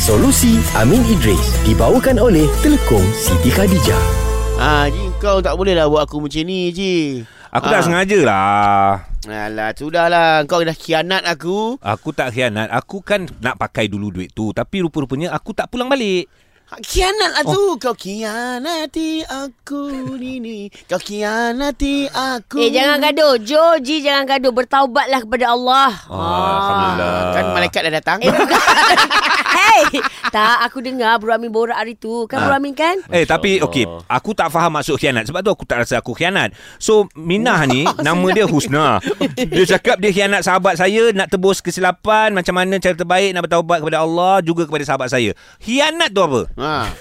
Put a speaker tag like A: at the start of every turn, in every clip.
A: Solusi Amin Idris dibawakan oleh Telekom Siti Khadijah.
B: Ah, Ji, kau tak boleh lah buat aku macam ni, Ji.
C: Aku
B: Ah.
C: tak sengaja lah.
B: Alah, sudahlah. Kau dah khianat aku.
C: Aku tak khianat. Aku kan nak pakai dulu duit tu. Tapi rupa-rupanya aku tak pulang balik.
B: Khianat lah oh. tu. Kau khianati aku ni ni. Kau khianati aku.
D: Eh jangan gaduh Joji jangan gaduh Bertaubatlah kepada Allah
C: Oh.
B: Ah,
C: Alhamdulillah.
B: Kan malaikat dah datang.
D: Eh bukan Hey Tak aku dengar Bro Amin borak hari tu Kan Bro Amin kan
C: Eh tapi
B: Allah.
C: okey, aku tak faham maksud khianat. Sebab tu aku tak rasa aku khianat. So Minah ni nama dia Husna. Dia cakap dia khianat sahabat saya nak tebus kesilapan, macam mana cara terbaik nak bertaubat kepada Allah juga kepada sahabat saya. Khianat tu apa?
B: Ha.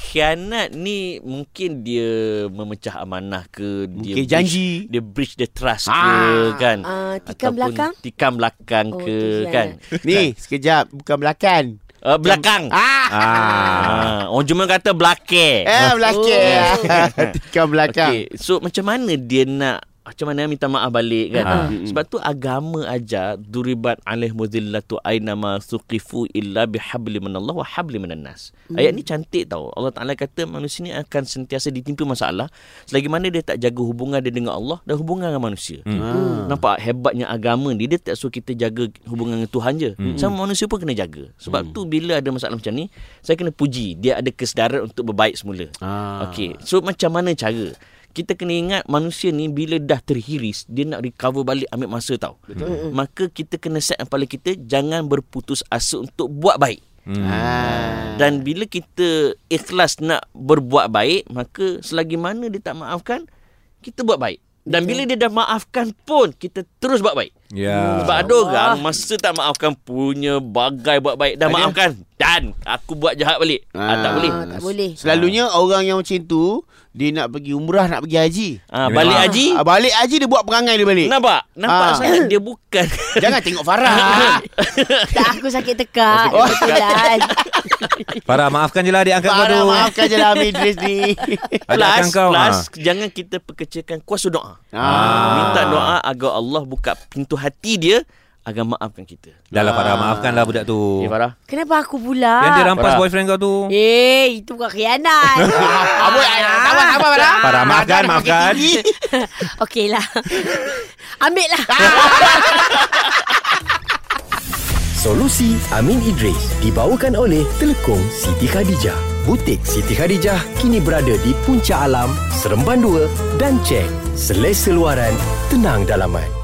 E: Khianat ni mungkin dia memecah amanah ke dia
B: Mungkin janji.
E: breach, dia breach the trust
B: Ah.
E: ke kan
D: Ah, tikam belakang?
E: tikam belakang
D: Oh, tu
E: oh, ke
D: khianat.
E: kan
B: Ni, sekejap. Bukan belakan.
E: uh, belakang
B: Ah.
C: Ah.
E: ah orang cuma kata belakang
B: Eh, belakang.
D: Oh.
B: Tikam belakang.
E: Oh. Okey, so macam mana dia nak macam mana minta maaf balik kan?
C: Ha.
E: Sebab tu agama aja duribat alaih muzillatu aina ma suqifu illa bihabli minallah wa habli minan nas. Ayat ni cantik tau. Allah Taala kata manusia ni akan sentiasa ditimpa masalah selagi mana dia tak jaga hubungan dia dengan Allah dan hubungan dengan manusia. Hmm.
B: Ah.
E: Nampak hebatnya agama ni dia tak suruh kita jaga hubungan dengan Tuhan je. Sama manusia pun kena jaga. Sebab tu bila ada masalah macam ni, saya kena puji dia ada kesedaran untuk berbaik semula.
B: Ah.
E: Okey, so macam mana cara? Kita kena ingat manusia ni bila dah terhiris, dia nak recover balik ambil masa tau. Betul.
B: Hmm.
E: Maka kita kena set kepala kita jangan berputus asa untuk buat baik.
C: Hmm,
B: Ah.
E: Dan bila kita ikhlas nak berbuat baik, maka selagi mana dia tak maafkan, kita buat baik. Dan bila dia dah maafkan pun, kita terus buat baik.
B: Ah.
C: Ya.
E: Sebab ada orang masa tak maafkan punya bagai buat baik dah maafkan dan aku buat jahat balik. Ah, tak boleh.
D: Ah, tak boleh
B: Selalunya orang yang macam tu dia nak pergi umrah, nak pergi haji.
E: Ah, balik haji.
B: Ah, balik haji dia buat perangai dia balik.
E: Nampak? Nampak
B: Ah.
E: sangat dia bukan.
B: Jangan tengok Farah.
D: Tak aku sakit tekak
E: Oh, sakit
D: Kebetulan
C: Farah maafkan je lah adik angkat kau tu.
B: Farah maafkan je lah Amin Idris ni.
C: Adik
E: plus,
C: angkat kau.
E: plus
C: ha.
E: jangan kita perkecilkan kuasa doa.
B: Ah.
E: Minta doa agar Allah buka pintu hati dia agar maafkan kita.
C: Dah lah Farah maafkanlah budak tu.
E: Okey Farah. Ah.
D: Kenapa aku pula
C: Yang dia rampas
E: Farah.
C: boyfriend kau tu.
D: Eh itu bukan khianat
B: Abang, sabar, sabar,
E: Ah,
B: Farah.
C: Farah, maafkan,
B: Farah,
C: maafkan.
B: tinggi.
D: Okey lah Ambil lah
A: Solusi Amin Idris dibawakan oleh Telekom Siti Khadijah. Butik Siti Khadijah kini berada di Puncak Alam, Seremban 2 dan Cheng. Selesa luaran, tenang dalaman.